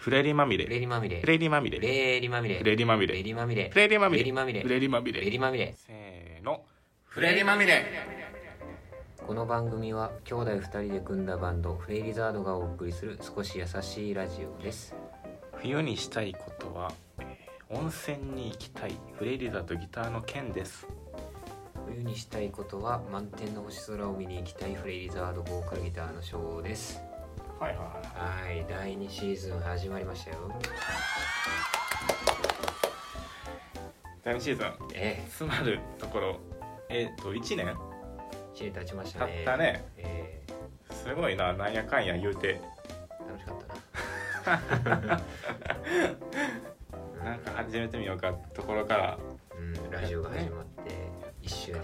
フレリまみフレれリまみれフレリまみれフレリまみれフレリまみフレれリまみれフレリまみフレリれまみれフレリまみフレリれまみれせーのフレリまみれこの番組は兄弟二人で組んだバンドフレイリザードがお送りする少し優しいラジオです冬にしたいことは、えー温泉に行きたいフレリザとギターの剣です冬にしたいことは満天の星空を見に行きたいフレイリザードボーカルギターのショーですはいはいはいはい第2シーズン始まりましたよ第2シーズンえつまるところえっ、と1年え1年経ちまし経たねったねえすごいななんやかんや言うてえ楽しかったななんか始めてみようかところからうん、ラジオが始まって1周年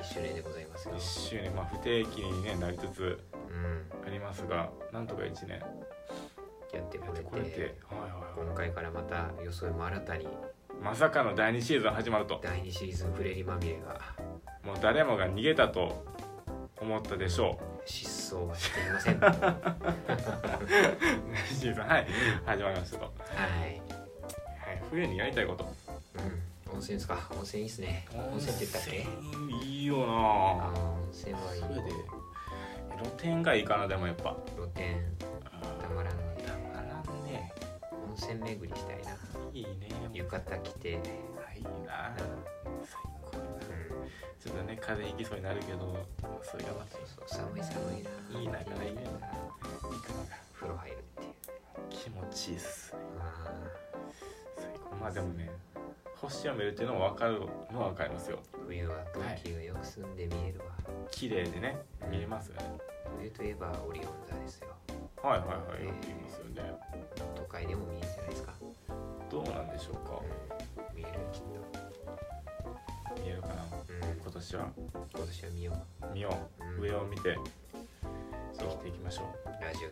1周年でございますよ1、周年まあ不定期に、ね、なりつつうん、ありますがなんとか1年やってやこってれこれてて、はいはいは今回からまた装いも新たにい、まさかの第2シーズン始まると第2シーズン「フレリまみれ」がもう誰もが逃げたと思ったでしょ失踪はしてい ませんは、う第2シーズンはい始まりましたと、はいい、冬にやりたいことうん、温泉ですか温泉いいっすね温泉って言ったっけ温泉いいよあなあ温泉はいいそれで露天がいいかなでもやっぱ露天たまらんねたまらんね温泉巡りしたいないいね浴衣着て、いいな最高だう、なんちょっとね風邪ひきそうになるけどそれがまたそうそう寒い寒いないいいなからいいな風呂入るっていう気持ちいいっすあ最高まあでもね星を見るっていうのも分かるのは分かりますよー冬は冬季がよく澄んで見えるわ、綺麗でね見えますよね冬といえばオリオン座ですよはいはいはいよく言いますよね都会でも見えるんじゃないですか、どうなんでしょううん、見えるきっと、か見えるかなうん、今年は今年は見よ見よう、う上を見て生きていきましょラジオ聞いう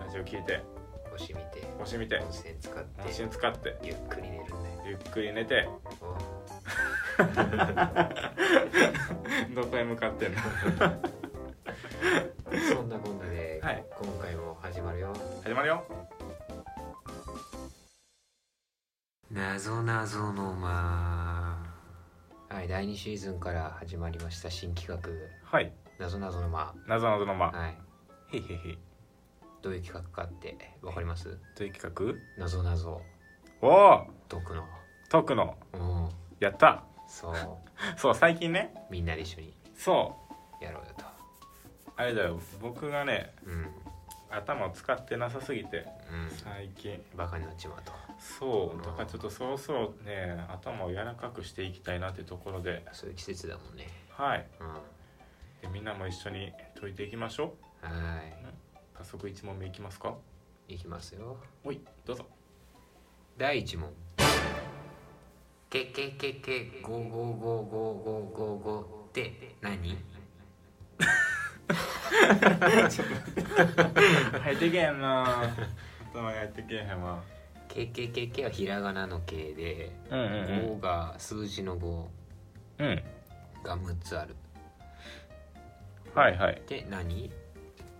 ラジオ聞いてて星見て星見て温泉使って温泉使ってゆっくり寝るんだよゆっくり寝てお どこへ向かってんのそんなこんなで、 はい今回も始まるよ始まるよなぞなぞのまーはい第2シーズンから始まりました新企画はいなぞなぞのまなぞなぞのーまはいへいへいへいどういう企画かってわかりますという企なぞなぞ画おお解くの解くのうんやったそうそう最近ねみんなで一緒にそやろうよとうあれだよ僕がねうん頭を使ってなさすぎてう最近んバカになっちまうとそうだからちょっとそろそろね頭を柔らかくしていきたいなってところでそういう季節だもんねはいうんはでみんなも一緒に解いていきましょう早速1問目いきますかいいきますよおいどうぞ第1問けけけけゴゴゴゴゴゴゴって何入ってけへんな 頭がやってけへんわけけけけはひらがなのけでうんうゴが数字の五うんうんが6つあるはいはいで何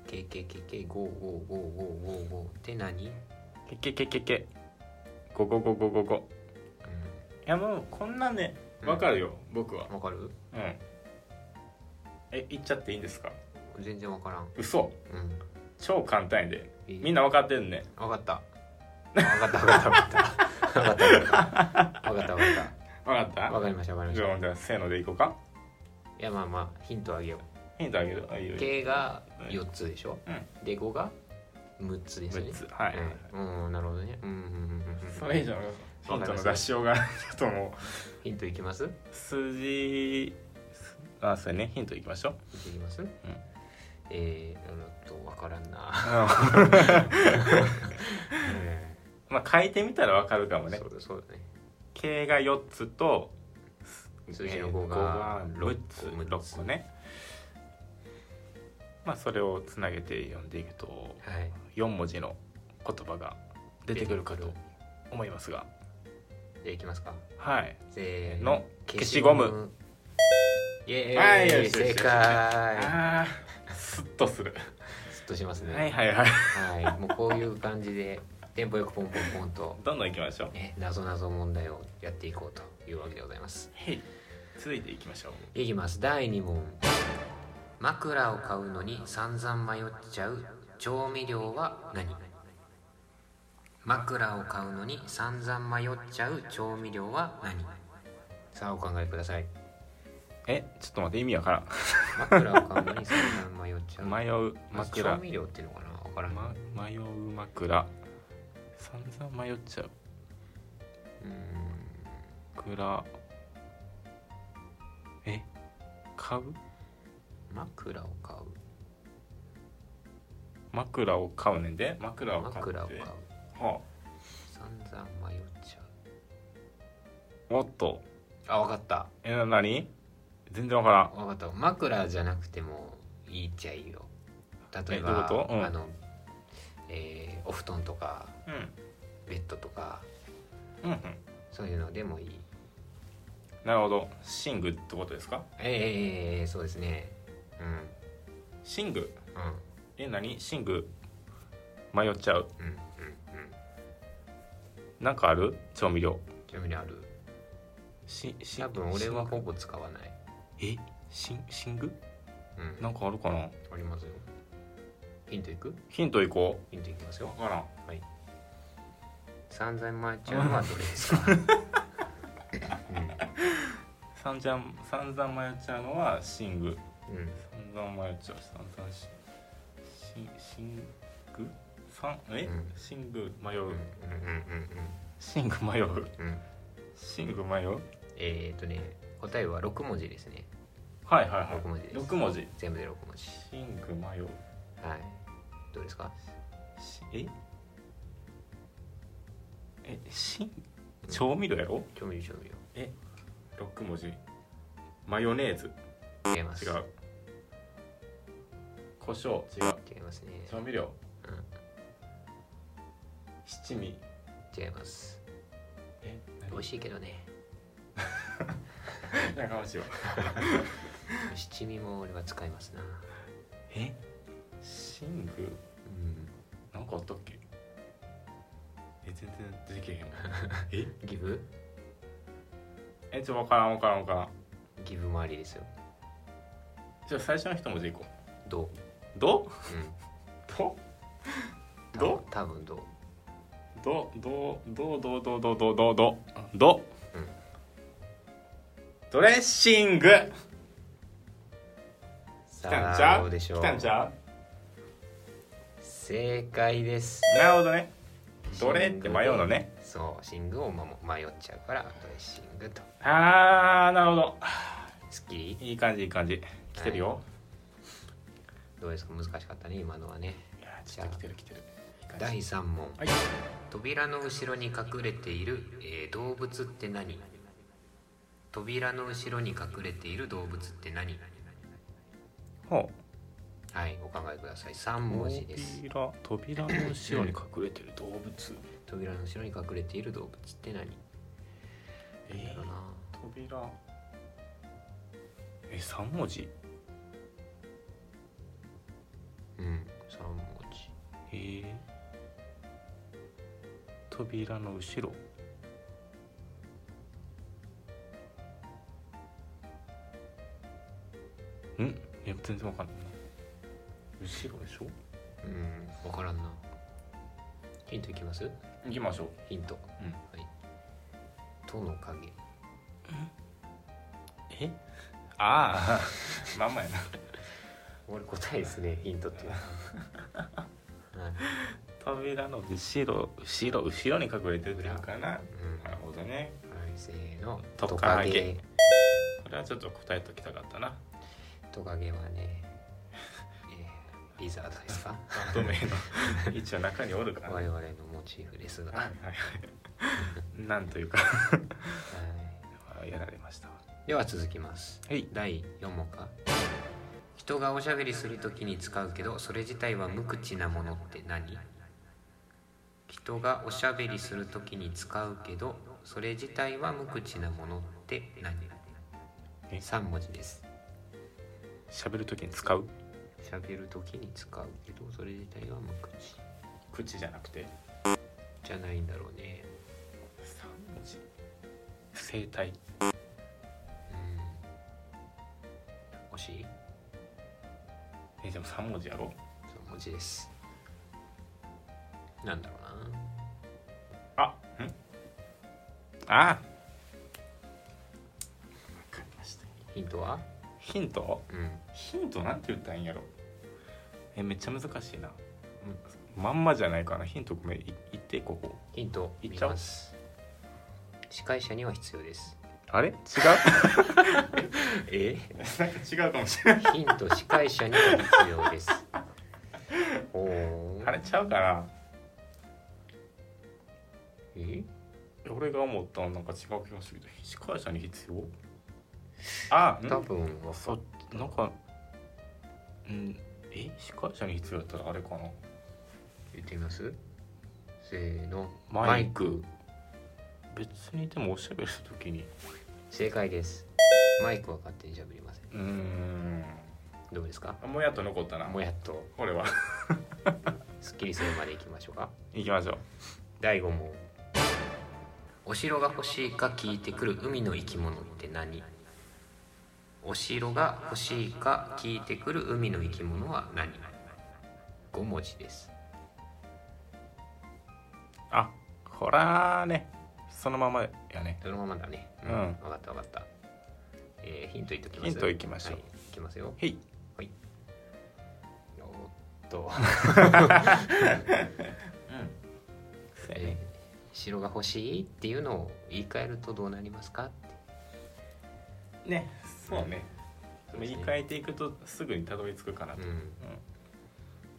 けけけけゴゴゴゴゴゴって何うんけけけけけごごごごごごいやもうこんなねわかるよ、僕はわかるうんえ言っちゃっていいんですか全然わからん嘘うん超簡単やでいいみんな分かってんねわかった。わかったわかったわかった。わかったわかったわか分っ。かったわたかりましたわかりまじしゃた。あじゃあせーのでいこうかいやまあまあヒントあげよ。ヒントあげるあいいうよ計が四つでしょ。うで五が六つですよね6。つはい、うんうんなるほどね。うんうんうんうん。それ以上のヒントの出しようがちょっともヒントいきます？いう数字あそうやねヒントいきましょうきます？えー、あのとわからん な。 まあ書いてみたら分かるかもねそうそうだね。 K が4つと数字の五が6つ六個6個ねまあそれをつなげて読んでいくとはい。 4文字の言葉が出てくるかと思いますがじゃあいきますか。はいせーのの。消しゴム。イエはいよーイしよしよし正解。あースッとするスッとしますね。はいはいはいはい、もうこういう感じでテンポよくポンポンポンと、どんどん行きましょうね、謎謎問題をやっていこうというわけでございますへい続いていきましょういきます第2問枕を買うのに散々迷っちゃう調味料は何枕を買うのに散々迷っちゃう調味料は何さあお考えくださいえちょっと待って意味わか枕を買うのに散々迷っちゃらうん迷う まず枕調味料っていうのかなわからん、ま、迷う枕散々迷っちゃううーん枕え買う枕を買う枕を買うねんで枕を買って枕を買うは散々迷っちゃうあ、おっとあわかったえな何全然わからんわかった枕じゃなくてもいいっちゃいいよ例えどうえいばうことうんあの、えーお布団とかうんベッドとかうんうんそういうのでもいいなるほど寝具ってことですかええそうですねうん寝具うんえ何寝具迷っちゃううんうんうんなんかある調味料興味あるしし多分俺はほぼ使わないえし寝具うんなんかあるかなありますよヒントいくヒントいこヒントいきますうよわからんはい。三千万ちゃんはどれで すか。散々散々迷っちゃうのは寝具うん、うん、散々迷っちゃう散々しし寝具さんえ、う寝具迷ううん、うん、寝具迷ううん、うん。寝具迷うえー、っとね、答えは六文字ですね。はいはいはい六文字です。六文字全部で六文字。寝具迷うはい。どうですか。しええし調味料やろ調味料、調味え六文字マヨネーズ料。違います。違う胡椒違う違いますね。調味料う七味ん、違います。え美味しいけどね。何やかましいわ七味も俺は使いますな。え寝具うん。なんかあったっけえ全然できへんわえギブ。えちょ分からん分からん分からんギブもありですよ。じゃあ最初の一文字いこどう。うどうん。どど多分どう。どどどどどどどどどどうんドレッシング来たんちさゃあ、どううでしょう。来たんちゃ正解です。うなるほどねどれって迷うのねそうシングをまも迷っちゃうからドレッシングとあーなるほどスッキリいい感じいい感じ来てるよ、どうですか難しかったね今のはねい、やーちょっと来てる来てるいい感じ第3問はい扉の後ろに隠れている、えー動物って何扉の後ろに隠れている動物って何ほうはいお考えください3文字です扉扉の後ろに隠れてる動物扉の後ろに隠れている動物って何何だろうな扉え三文字うん3文字えー、扉の後ろんいや全然わかんない後ろでしょうん分からんなヒントいきます行きましょうヒント、うんはい「との影」えあ あまんまやな俺答えですねヒント っていうのは、はい扉の後ろ後ろ後ろに隠れてるかなうんなるほどねはい、せーのトトカカゲゲこれはちょっと答えときたかったなトカゲはね、えー、リザードですかまとめ の一応中におるから我ね々のモチーフですが、 はいははいはい なんというかやられましたわい、では続きますはい第4問か人がおしゃべりするときに使うけどそれ自体は無口なものって何人がおしゃべりするときに使うけどそれ自体は無口なものって何え3文字です喋るときに使うしゃべるときに使うけどそれ自体は無口口じゃなくてじゃないんだろうね三文字生態うん惜しいえでも三文字やろその文字ですなんだろうあなんあわかりましたヒントはヒントうんヒントなんて言ったらいいんやろえめっちゃ難しいなうんまんまじゃないかなヒントごめんい言ってここヒントいっ見ちゃおうます司会者には必要ですあれ違うえ なんか違うかもしれないヒント司会者には必要です おおあれちゃうかなえ俺が思ったのなんか違う気がするけど司会者に必要あん多分わそなんかうんえ司会者に必要だったらあれかな言ってみますせーのマイク別にでもおしゃべりするときに正解ですマイクは勝手にしゃべりませんうーんどうですかあもやっと残ったなもやっとこれは すっきりするまでいきましょうか行きましょう第5問お城が欲しいか聞いてくる海の生き物って何お城が欲しいか聞いてくる海の生き物は何5文字ですあこらーねそのままやねそのままだねうん分かった分かった、えーヒントいっときますヒントいきましょうはい、いきますよへいはいおーっと、 せえー城が欲しいっていうのを言い換えるとどうなりますかってーねそうねでも言い換えていくとすぐにたどり着くかなと、ううんん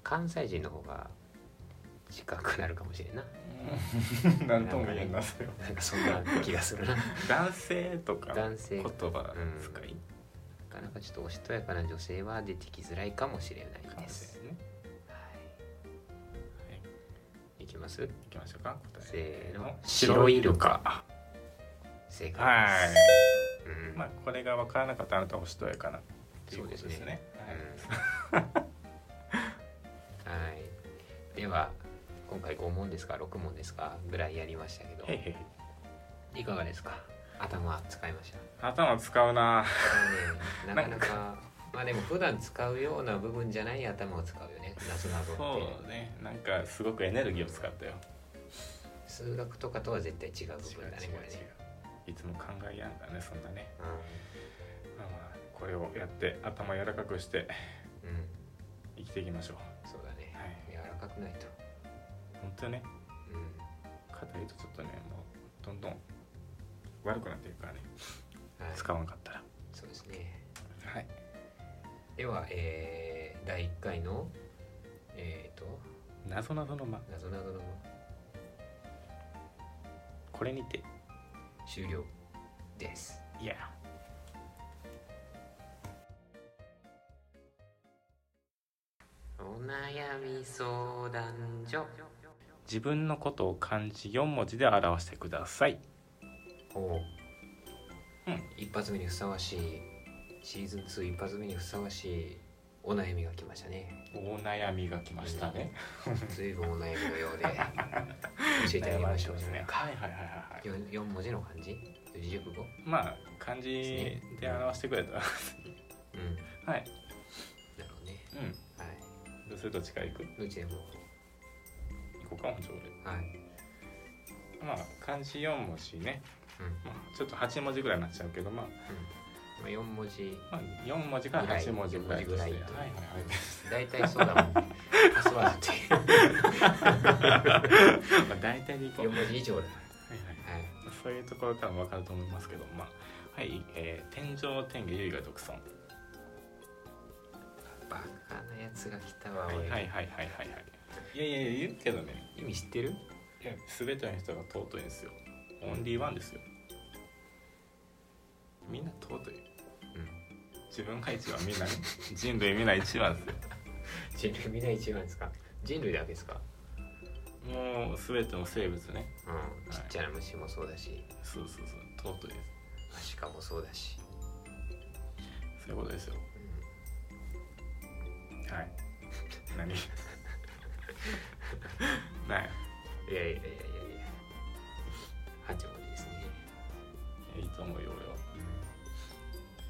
関西人の方が近くなるかもしれんななんとも言えんなそれはなんかそんな気がするなな男性とか男性言葉使いかなかちょっとおしとやかな女性は出てきづらいかもしれないかもでしすれないねははいいいきます行きましょうか答せーの白イルカ正解はですうんまあこれが分からなかったらあなたはおしとやかなっていうことですねそうですねうんはいでは今回5問ですか6問ですかぐらいやりましたけどはいへいへいいかがですか頭使いま した頭使うなねなかなかまあでも普段使うような部分じゃない頭を使うよねなぞなぞそうねなんかすごくエネルギーを使ったよ数学とかとは絶対違う部分だねこれねいつも考えやんだねそんなね、うんまあまあ、これをやって頭柔らかくしてうん生きていきましょうそうだねはい柔らかくないと本当ねうん硬いとちょっとねもうどんどん悪くなっていくからねはい使わんかったらそうですねはいではえー第1回のえっとなぞなぞの間なぞなぞのこれにて終了ですいやお悩み相談所自分のことを漢字4文字で表してくださいおううん一発目にふさわしいシーズン2一発目にふさわしいお悩みが来ましたね お悩みが来ましたねずいぶんお 悩みのようで教えてあげましょうじゃないかはいはいはいはいは四四文字の漢字四字熟語いまあ漢字で表してく れたらうんはいだろうねうんはいどうするどっちから行くどっちでも行こうかもちょうはいどまあ漢字4文字ね、うんまあ、ちょっと8文字ぐらいになっちゃうけどまあ、まあ四文字まあ、4文字から8文字ぐらいとしてははいい四は文字ぐらいいはい大体そうだもん パスワードってまあ大体でいこう、四はい文字以上だはいはいそういうところから分かると思いますけど、まあ、はい、えー、天上天下優位が独尊。バカなやつが来たわはいはい俺、はいはいはいはい。いやいやいや、言うけどね、意味知ってるいや、すべての人が尊いんですよ。オンリーワンですよ。みんな尊い。うん自分が一番、みんな、 人類みんな一番ですよ。人類みんな一番ですか人類だけですかもう、すべての生物ね。うんちっちゃな虫もそうだしそうそうそう、尊いです。アシカもそうだし、そういうことですよ。うんはい。何 何いやいやいやいやい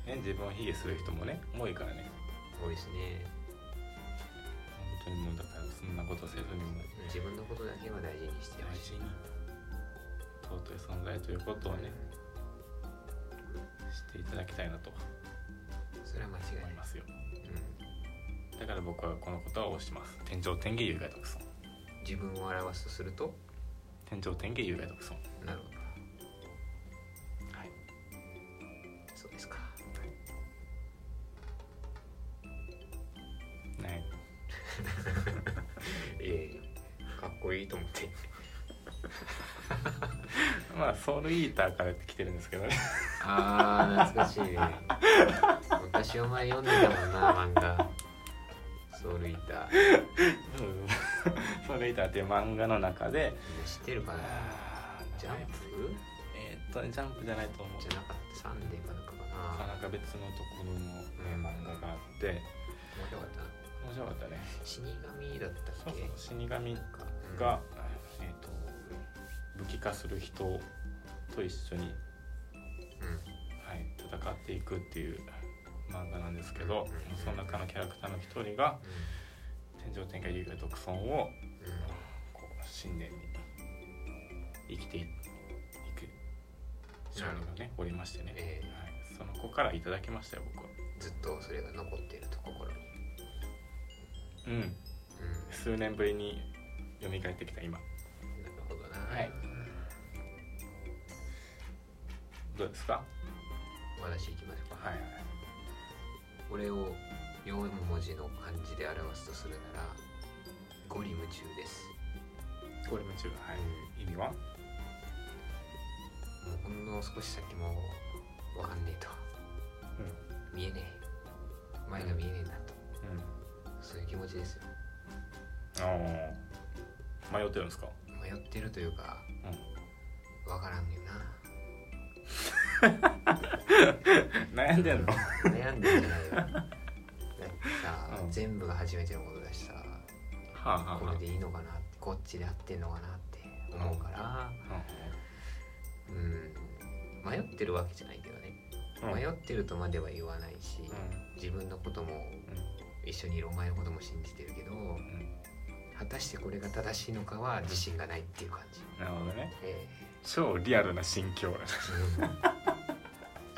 ね自分を卑下する人もね多いからね多いですね本当にもうだからそんなことせずにも自分のことだけは大事にして大ほしい事に尊い存在ということをねしていただきたいなとそれは間違い思ないいますようだから僕はこの言葉を推します天上天下有害独尊ん、自分を表すとすると天上天下有害独尊なるほどはいそうですかねええかっこいいと思ってまあソウルイーターから来てるんですけどねあー懐かしいね昔お前読んでたもんな漫画ソウルイーターみんうんソウルイーターっていう漫画の中でな知ってるかなジャンプえーっとねジャンプじゃないと思うじゃなかったサンデーかなんかかなかななか別のところの、ね、漫画があって面白かったな面白かったね死神だったっそうけそう死神かが、えー、と武器化する人と一緒に、うん、うんはい、戦っていくっていう漫画なんですけどうんその中のキャラクターの一人が天上天下竜が独尊をこう信念に生きていく少年がねおりましてね、えはい、その子からいただきましたよ僕は。ずっとそれが残ってると心に、うん、うん、数年ぶりに蘇ってきた今なるほどな、はいどうですか私行きましょうか、はいはいこれを4文字の漢字で表すとするならゴリ夢中ですこれも中はい意味はもうほんの少し先もわかんねえとうん見えねえ前が見えねえなとうんそういう気持ちですよああ迷ってるんですか迷ってるというか うわからんねんん悩んでんのな悩んでんじ ゃないよだってさ、うん全部が初めてのことだしさはあはあこれでいいのかなってこっちで合ってんのかなって思うからうん迷ってるわけじゃないけどねうん迷ってるとまでは言わないし、自分のことも一緒にいるお前のことも信じてるけどうんうん果たしてこれが正しいのかは自信がないっていう感じ、なるほどねえ超リアルな心境え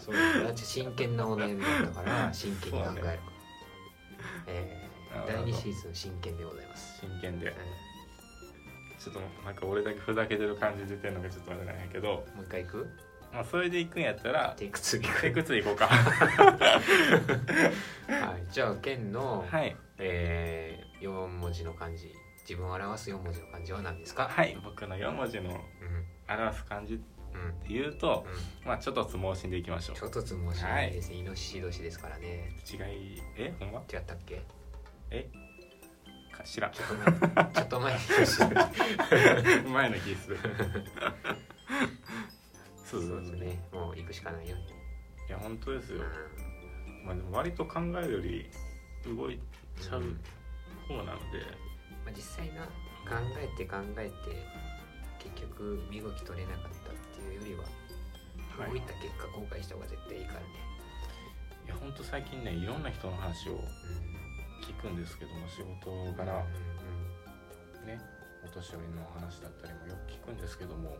そうだって真剣なお悩みだったか ら真剣に考えるから、ええなるほど第2シーズン真剣でございます、真剣でうちょっとなんか俺だけふざけてる感じ出てるのがちょっとあれなんやけどんもう一回行くまあそれで行くんやったらテイク2行テイク2行こうか く、はい、じゃあ剣の、はいえー、4文字の漢字自分を表す4文字の漢字は何ですか、はい僕の4文字のうんうん表す漢字っていうとうんまあちょっとつ盲信でいきましょちょっとつもしないですね、イノシシ年ですからねう違いえほんま違ったっけえかしらちょっと前ちょっと前にイノシシ年 前の気す るそうそうでそすうねもう行くしかないよね、いや本当ですうんよ、まあ、でも割と考えるより動いちゃう方なので、まあ、実際な考えて考えて結局身動き取れなかったっていうよりははい動いた結果後悔した方が絶対いいからね、いや本当最近ねいろんな人の話を聞くんですけども仕事うんからうんねお年寄りの話だったりもよく聞くんですけども、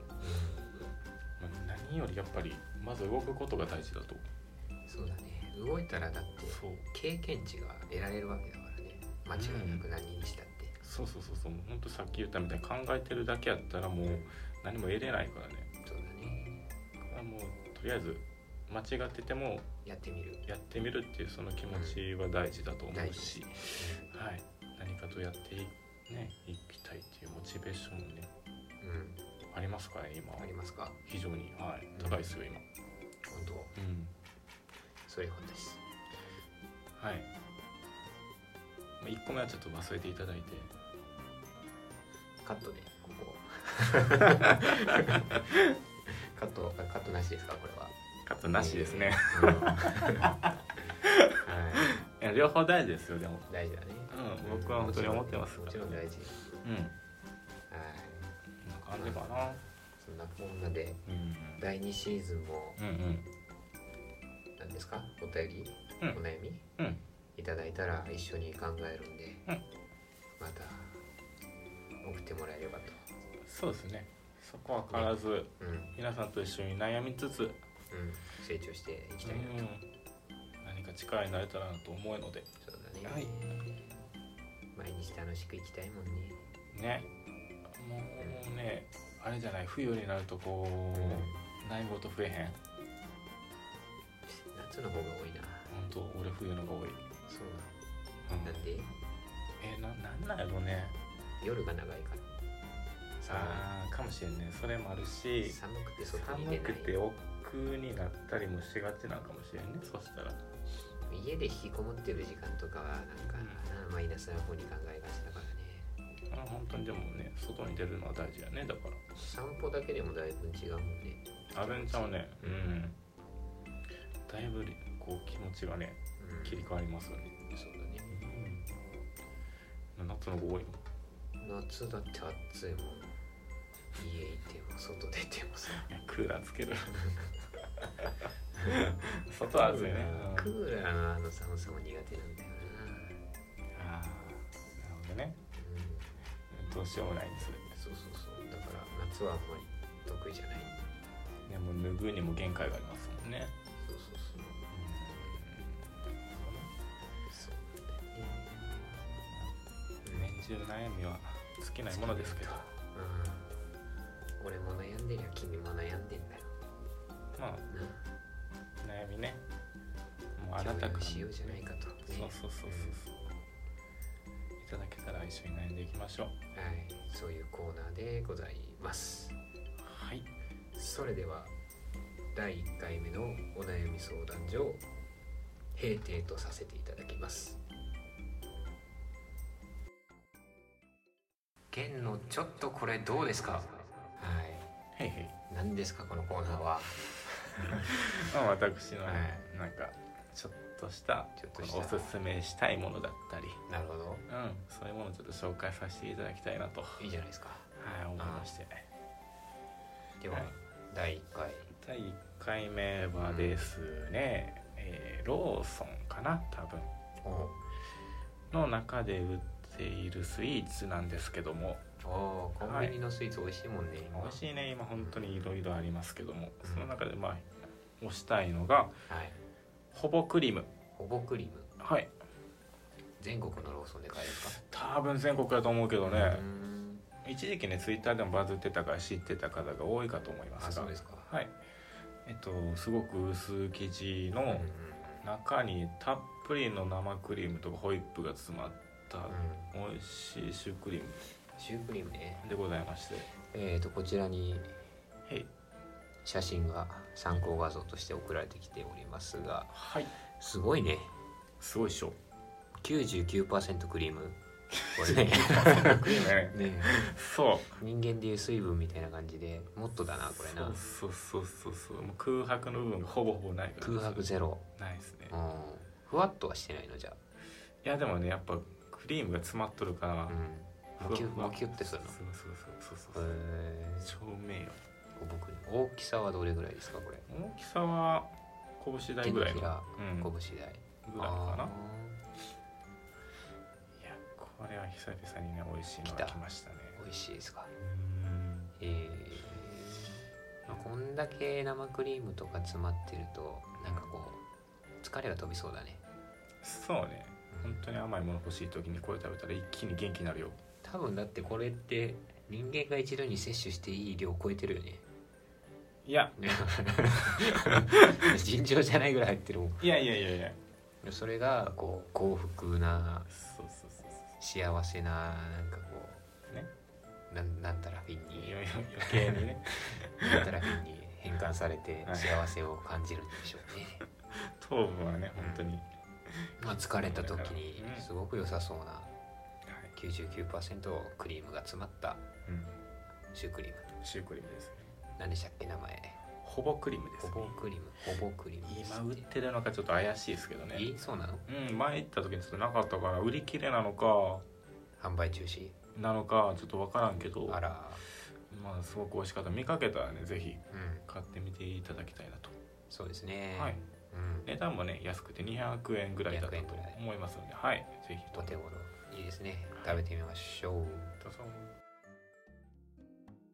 まあ、何よりやっぱりまず動くことが大事だとうんそうだね動いたらだってそう経験値が得られるわけだからね間違いなく何にしたって、そうそうそうそう本当さっき言ったみたいに考えてるだけやったらもう何も得れないからねそうだねだからもうとりあえず間違っててもやってみるやってみるっていうその気持ちは大事だと思大う事ですし、ねはい、何かとやってい,、ね、いきたいっていうモチベーションもねうありますからね今んありますか非常に、はいうん、高いですよ今、本当うんそれことですはい、まあ、1個目はちょっと忘れていただいてカットでこ こカットカットなしですかこれはカットなしですね、うんはいいや両方大事ですよでも大事だねうん僕は本当に思ってますもちろん大事うんはいこんな感じかな、そんなこんなでうん、第2シーズンもうんうん何ですかお便り、うんお悩みうんいただいたら一緒に考えるんで、うんまた送ってもらえればとそうですねそこは変わらずうんうん皆さんと一緒に悩みつつ、成長していきうたいなと、ん、何か力になれたらなと思うのでそうだね、はい毎日楽しく生きたいもんねねもうねあれじゃない冬になるとこう悩み事増えへん夏の方が多いな本当俺冬のが多い、そううんなんなんでえななんなんやろうね夜が長いから寒あーかもしれんねそれもあるしい寒くて外に寒出なくてい億劫になったりもしがちなんかもしれんねそしたら家で引きこもってる時間とかはなんうかなマイナスな方に考えがちだからあね本当にでもね外に出るのは大事やねだか散歩だけでもだいぶ違うもんねらアベンちゃんはねうんだいぶこう気持ちがねうん切り替わりますよね、そうだねうん、夏の方が多いもん夏だって暑いもん家いても外出てもさいやクーラーつ ける外は暑いねうんクーラーのあの寒さも苦手なんだよなあーなるほどねうんどうしようもないんですそうそうそうだから夏はあんまり得意じゃないでも脱ぐにも限界がありますもんねそうそうそうそうなんだよね年中悩みは尽きないものですけどうん俺も悩んでりゃ君も悩んでんだよまあな悩みねもうあなたからも共有しようじゃないかと、ねそうそうそうそうそういただけたら一緒に悩んでいきましょうはいそういうコーナーでございますはいそれでは第1回目のお悩み相談所閉廷とさせていただきます県のちょっとこれどうですかはいへいへい何ですかこのコーナーはまあ私のはねなんかちょっとしたちょっとしたおすすめしたいものだったりなるほうどんそういうものをちょっと紹介させていただきたいなとはいいじゃないですか思いましてでは、はい第1回第1回目はですね、えーローソンかな多分おの中で売っているスイーツなんですけどもおーコンビニのスイーツ美味しいもんね、美味しいね今本当にいろいろありますけどもその中でまあ推したいのがはいほぼクリームほぼクリームはい全国のローソンで買えるんですか多分全国だと思うけどうねー、ん一時期ねツイッターでもバズってたから知ってた方が多いかと思いまあすそがうですかはいえっとすごく薄生地のうん中にたっぷりの生クリームとかホイップが詰まったうん美味しいシュークリームシュークリームねでございましてえー、とこちらにはい写真が参考画像として送られてきておりますがはいすごいねすごいっしょ99%クリームこれねクリームやね ねそう人間でいう水分みたいな感じでもっとだなこれなそうそうそうそうそうもう空白の部分がほぼほぼないから空白ゼロ、ないですねうん、ふわっとはしてないのじゃいやでもねやっぱクリームが詰まっとるからあ、うん、もきゅふわふわもきゅってするのそうそうそうそうそうへーそう照明よほぼクリーム大きさはどれぐらいですかこれ大きさは拳大ぐらいの手のひらうん、ぐらい拳台かなあいやこれは久々にね美味しいの来がた来ましたねー美味しいですかうんえーまあ、こんだけ生クリームとか詰まってるとなんかこう疲れが飛びそうだねそうね本当に甘いもの欲しい時にこれ食べたら一気に元気になるよ多分だってこれって人間が一度に摂取していい量を超えてるよ ねいや尋常じゃないぐらい入ってるもんいやいやいやいやそれがこう幸福なそうそうそうそ幸せななんかこうねうなんなんたらフィンいにやいや余計に ねなんたらフィンに変換されてはい幸せを感じるんでしょうね、 糖分はね本当に、はい、まあ疲れた時にすごく良さそうな99%クリームが詰まったうんシュークリームシュークリームですね何でしたっけ名前ほぼクリームですほねぼクリームほぼクリームです今売ってるのかちょっと怪しいですけどねえそうなのうん前行った時にちょっとなかったから売り切れなのか販売中止なのかちょっと分からんけどあらまあすごく美味しかった見かけたらねぜひうん買ってみていただきたいなとそうですね、はいうん値段もね安くて200円ぐらいだった200円とぐらい思いますのではいぜひとおも手頃いいですね食べてみましょうどうぞ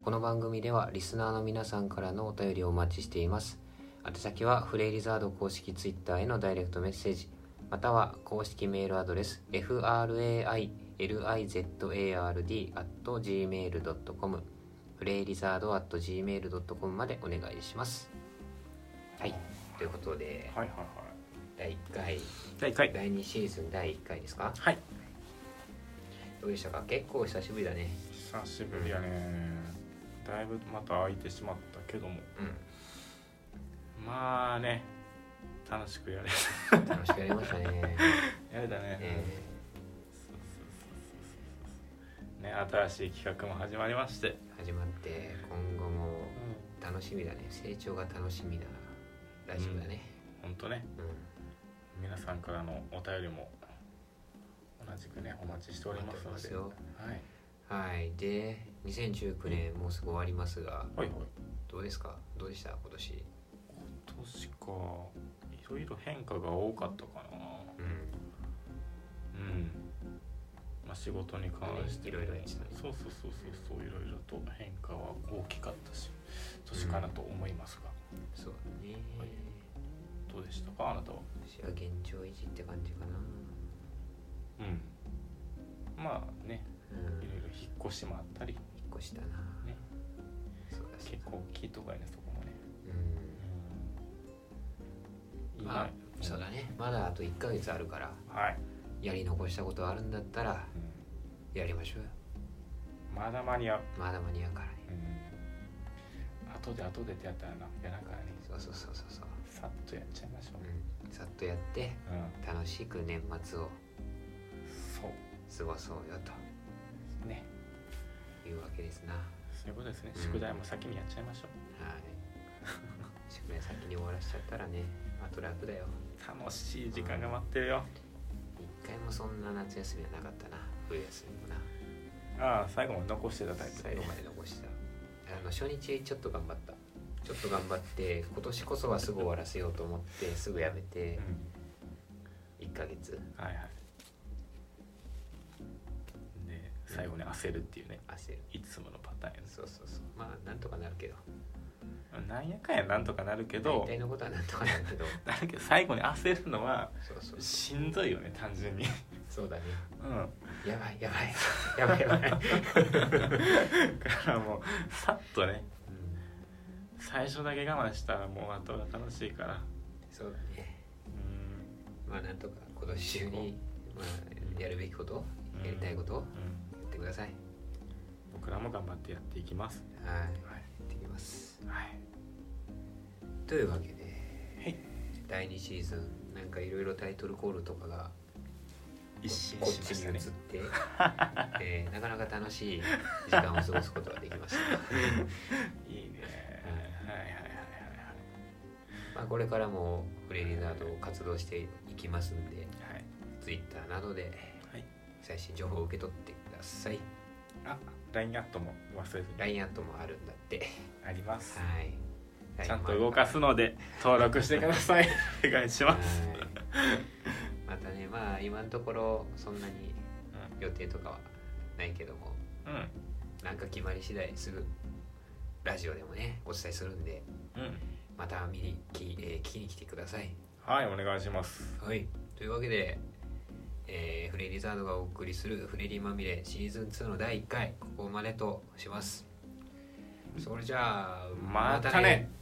この番組ではリスナーの皆さんからのお便りをお待ちしています宛先はフレイリザード公式ツイッターへのダイレクトメッセージまたは公式メールアドレス frailizard.gmail.com フレイリザード .gmail.com までお願いしますはいということではいはいはい第1回第1回第2シーズン第1回ですかはいどうでしたか結構久しぶりだね久しぶりやねだいぶまた空いてしまったけどもうまあね楽しくやれ ん楽しくやりましたねやれたね、えそうそうそうそうそうね新しい企画も始まりまして、ー始まって今後も楽しみだね成長が楽しみなラジオだね本当ねうん、皆さんからのお便りも同じくねお待ちしておりますの待ってますでよはいはいで2019年もうすぐ終わりますがはいはいどうですかどうでした今年今年かいろいろ変化が多かったかなううんんまあ仕事に関してもねいろいろやってたねそうそうそうそうそういろいろと変化は大きかったし年かなと思いますが、そうだね、はいどうでしたかあなたは私は現状維持って感じかなうんまあねうんいろいろ引っ越しもあったりね引っ越したなそうだそう結だ構大きいとこやねそこもねうんうんまあそうだねまだあと1ヶ月あるからはい、やり残したことあるんだったらうやりましょうよん、まだ間に合う、まだ間に合うからねうん、後で後でってやったらなやらんからねそうそうそうそうそう、さっとやっちゃいましょう、うん、さっとやってうん、楽しく年末をそう過ごそうよねというわけです なはそういうことですねうん宿題も先にやっちゃいましょい宿題先に終わらしちゃったらねあと楽だよう、楽しい時間が待ってるよ一回もそんな夏休みはなかったな冬休みもなああ最後まで残してたタイプ最後まで残したあの初日ちょっと頑張ったちょっと頑張って今年こそはすぐ終わらせようと思ってすぐやめてう1ヶ月んはいはいで最後に焦るっていうね焦るいつものパターンやそうそうそうまあなんとかなるけどねなんやかんやなんとかなるけ大ど体のことはなんとかな るけどなるけど最後に焦るのはそうそうしんどいよね単純にそうだねうんやばいやばいやばいや ばい、だからもうさっとね最初だけ我慢したらもう後が楽しいからそうだねうんまあなんとか今年中に、まあ、やるべきことうんやりたいことをやうんってください、僕らも頑張ってやっていきますはいやはいってきますはいというわけではい第2シーズンなんかいろいろタイトルコールとかが一新こっしまちしにた移っねて、えーなかなか楽しい時間を過ごすことがで きましたいいねはいはいはまあこれからもフレリザードを活動していきますんでいはいはい Twitter などではい最新情報を受け取ってくださいあ LINE アットも忘れずに LINE アットもあるん だってありますはいちゃんと動かすので登録してくださいお願いしはいますまたねまあ今のところそんなに予定とかはないけどもうんなんか決まり次第すぐラジオでもねお伝えするんでうんうんまた見にき、えー聞きに来てくださいはいお願いしますはいというわけで、えーフレリザードがお送りする「フレリまみれ」シーズン2の第1回ここまでとしますそれじゃあまたね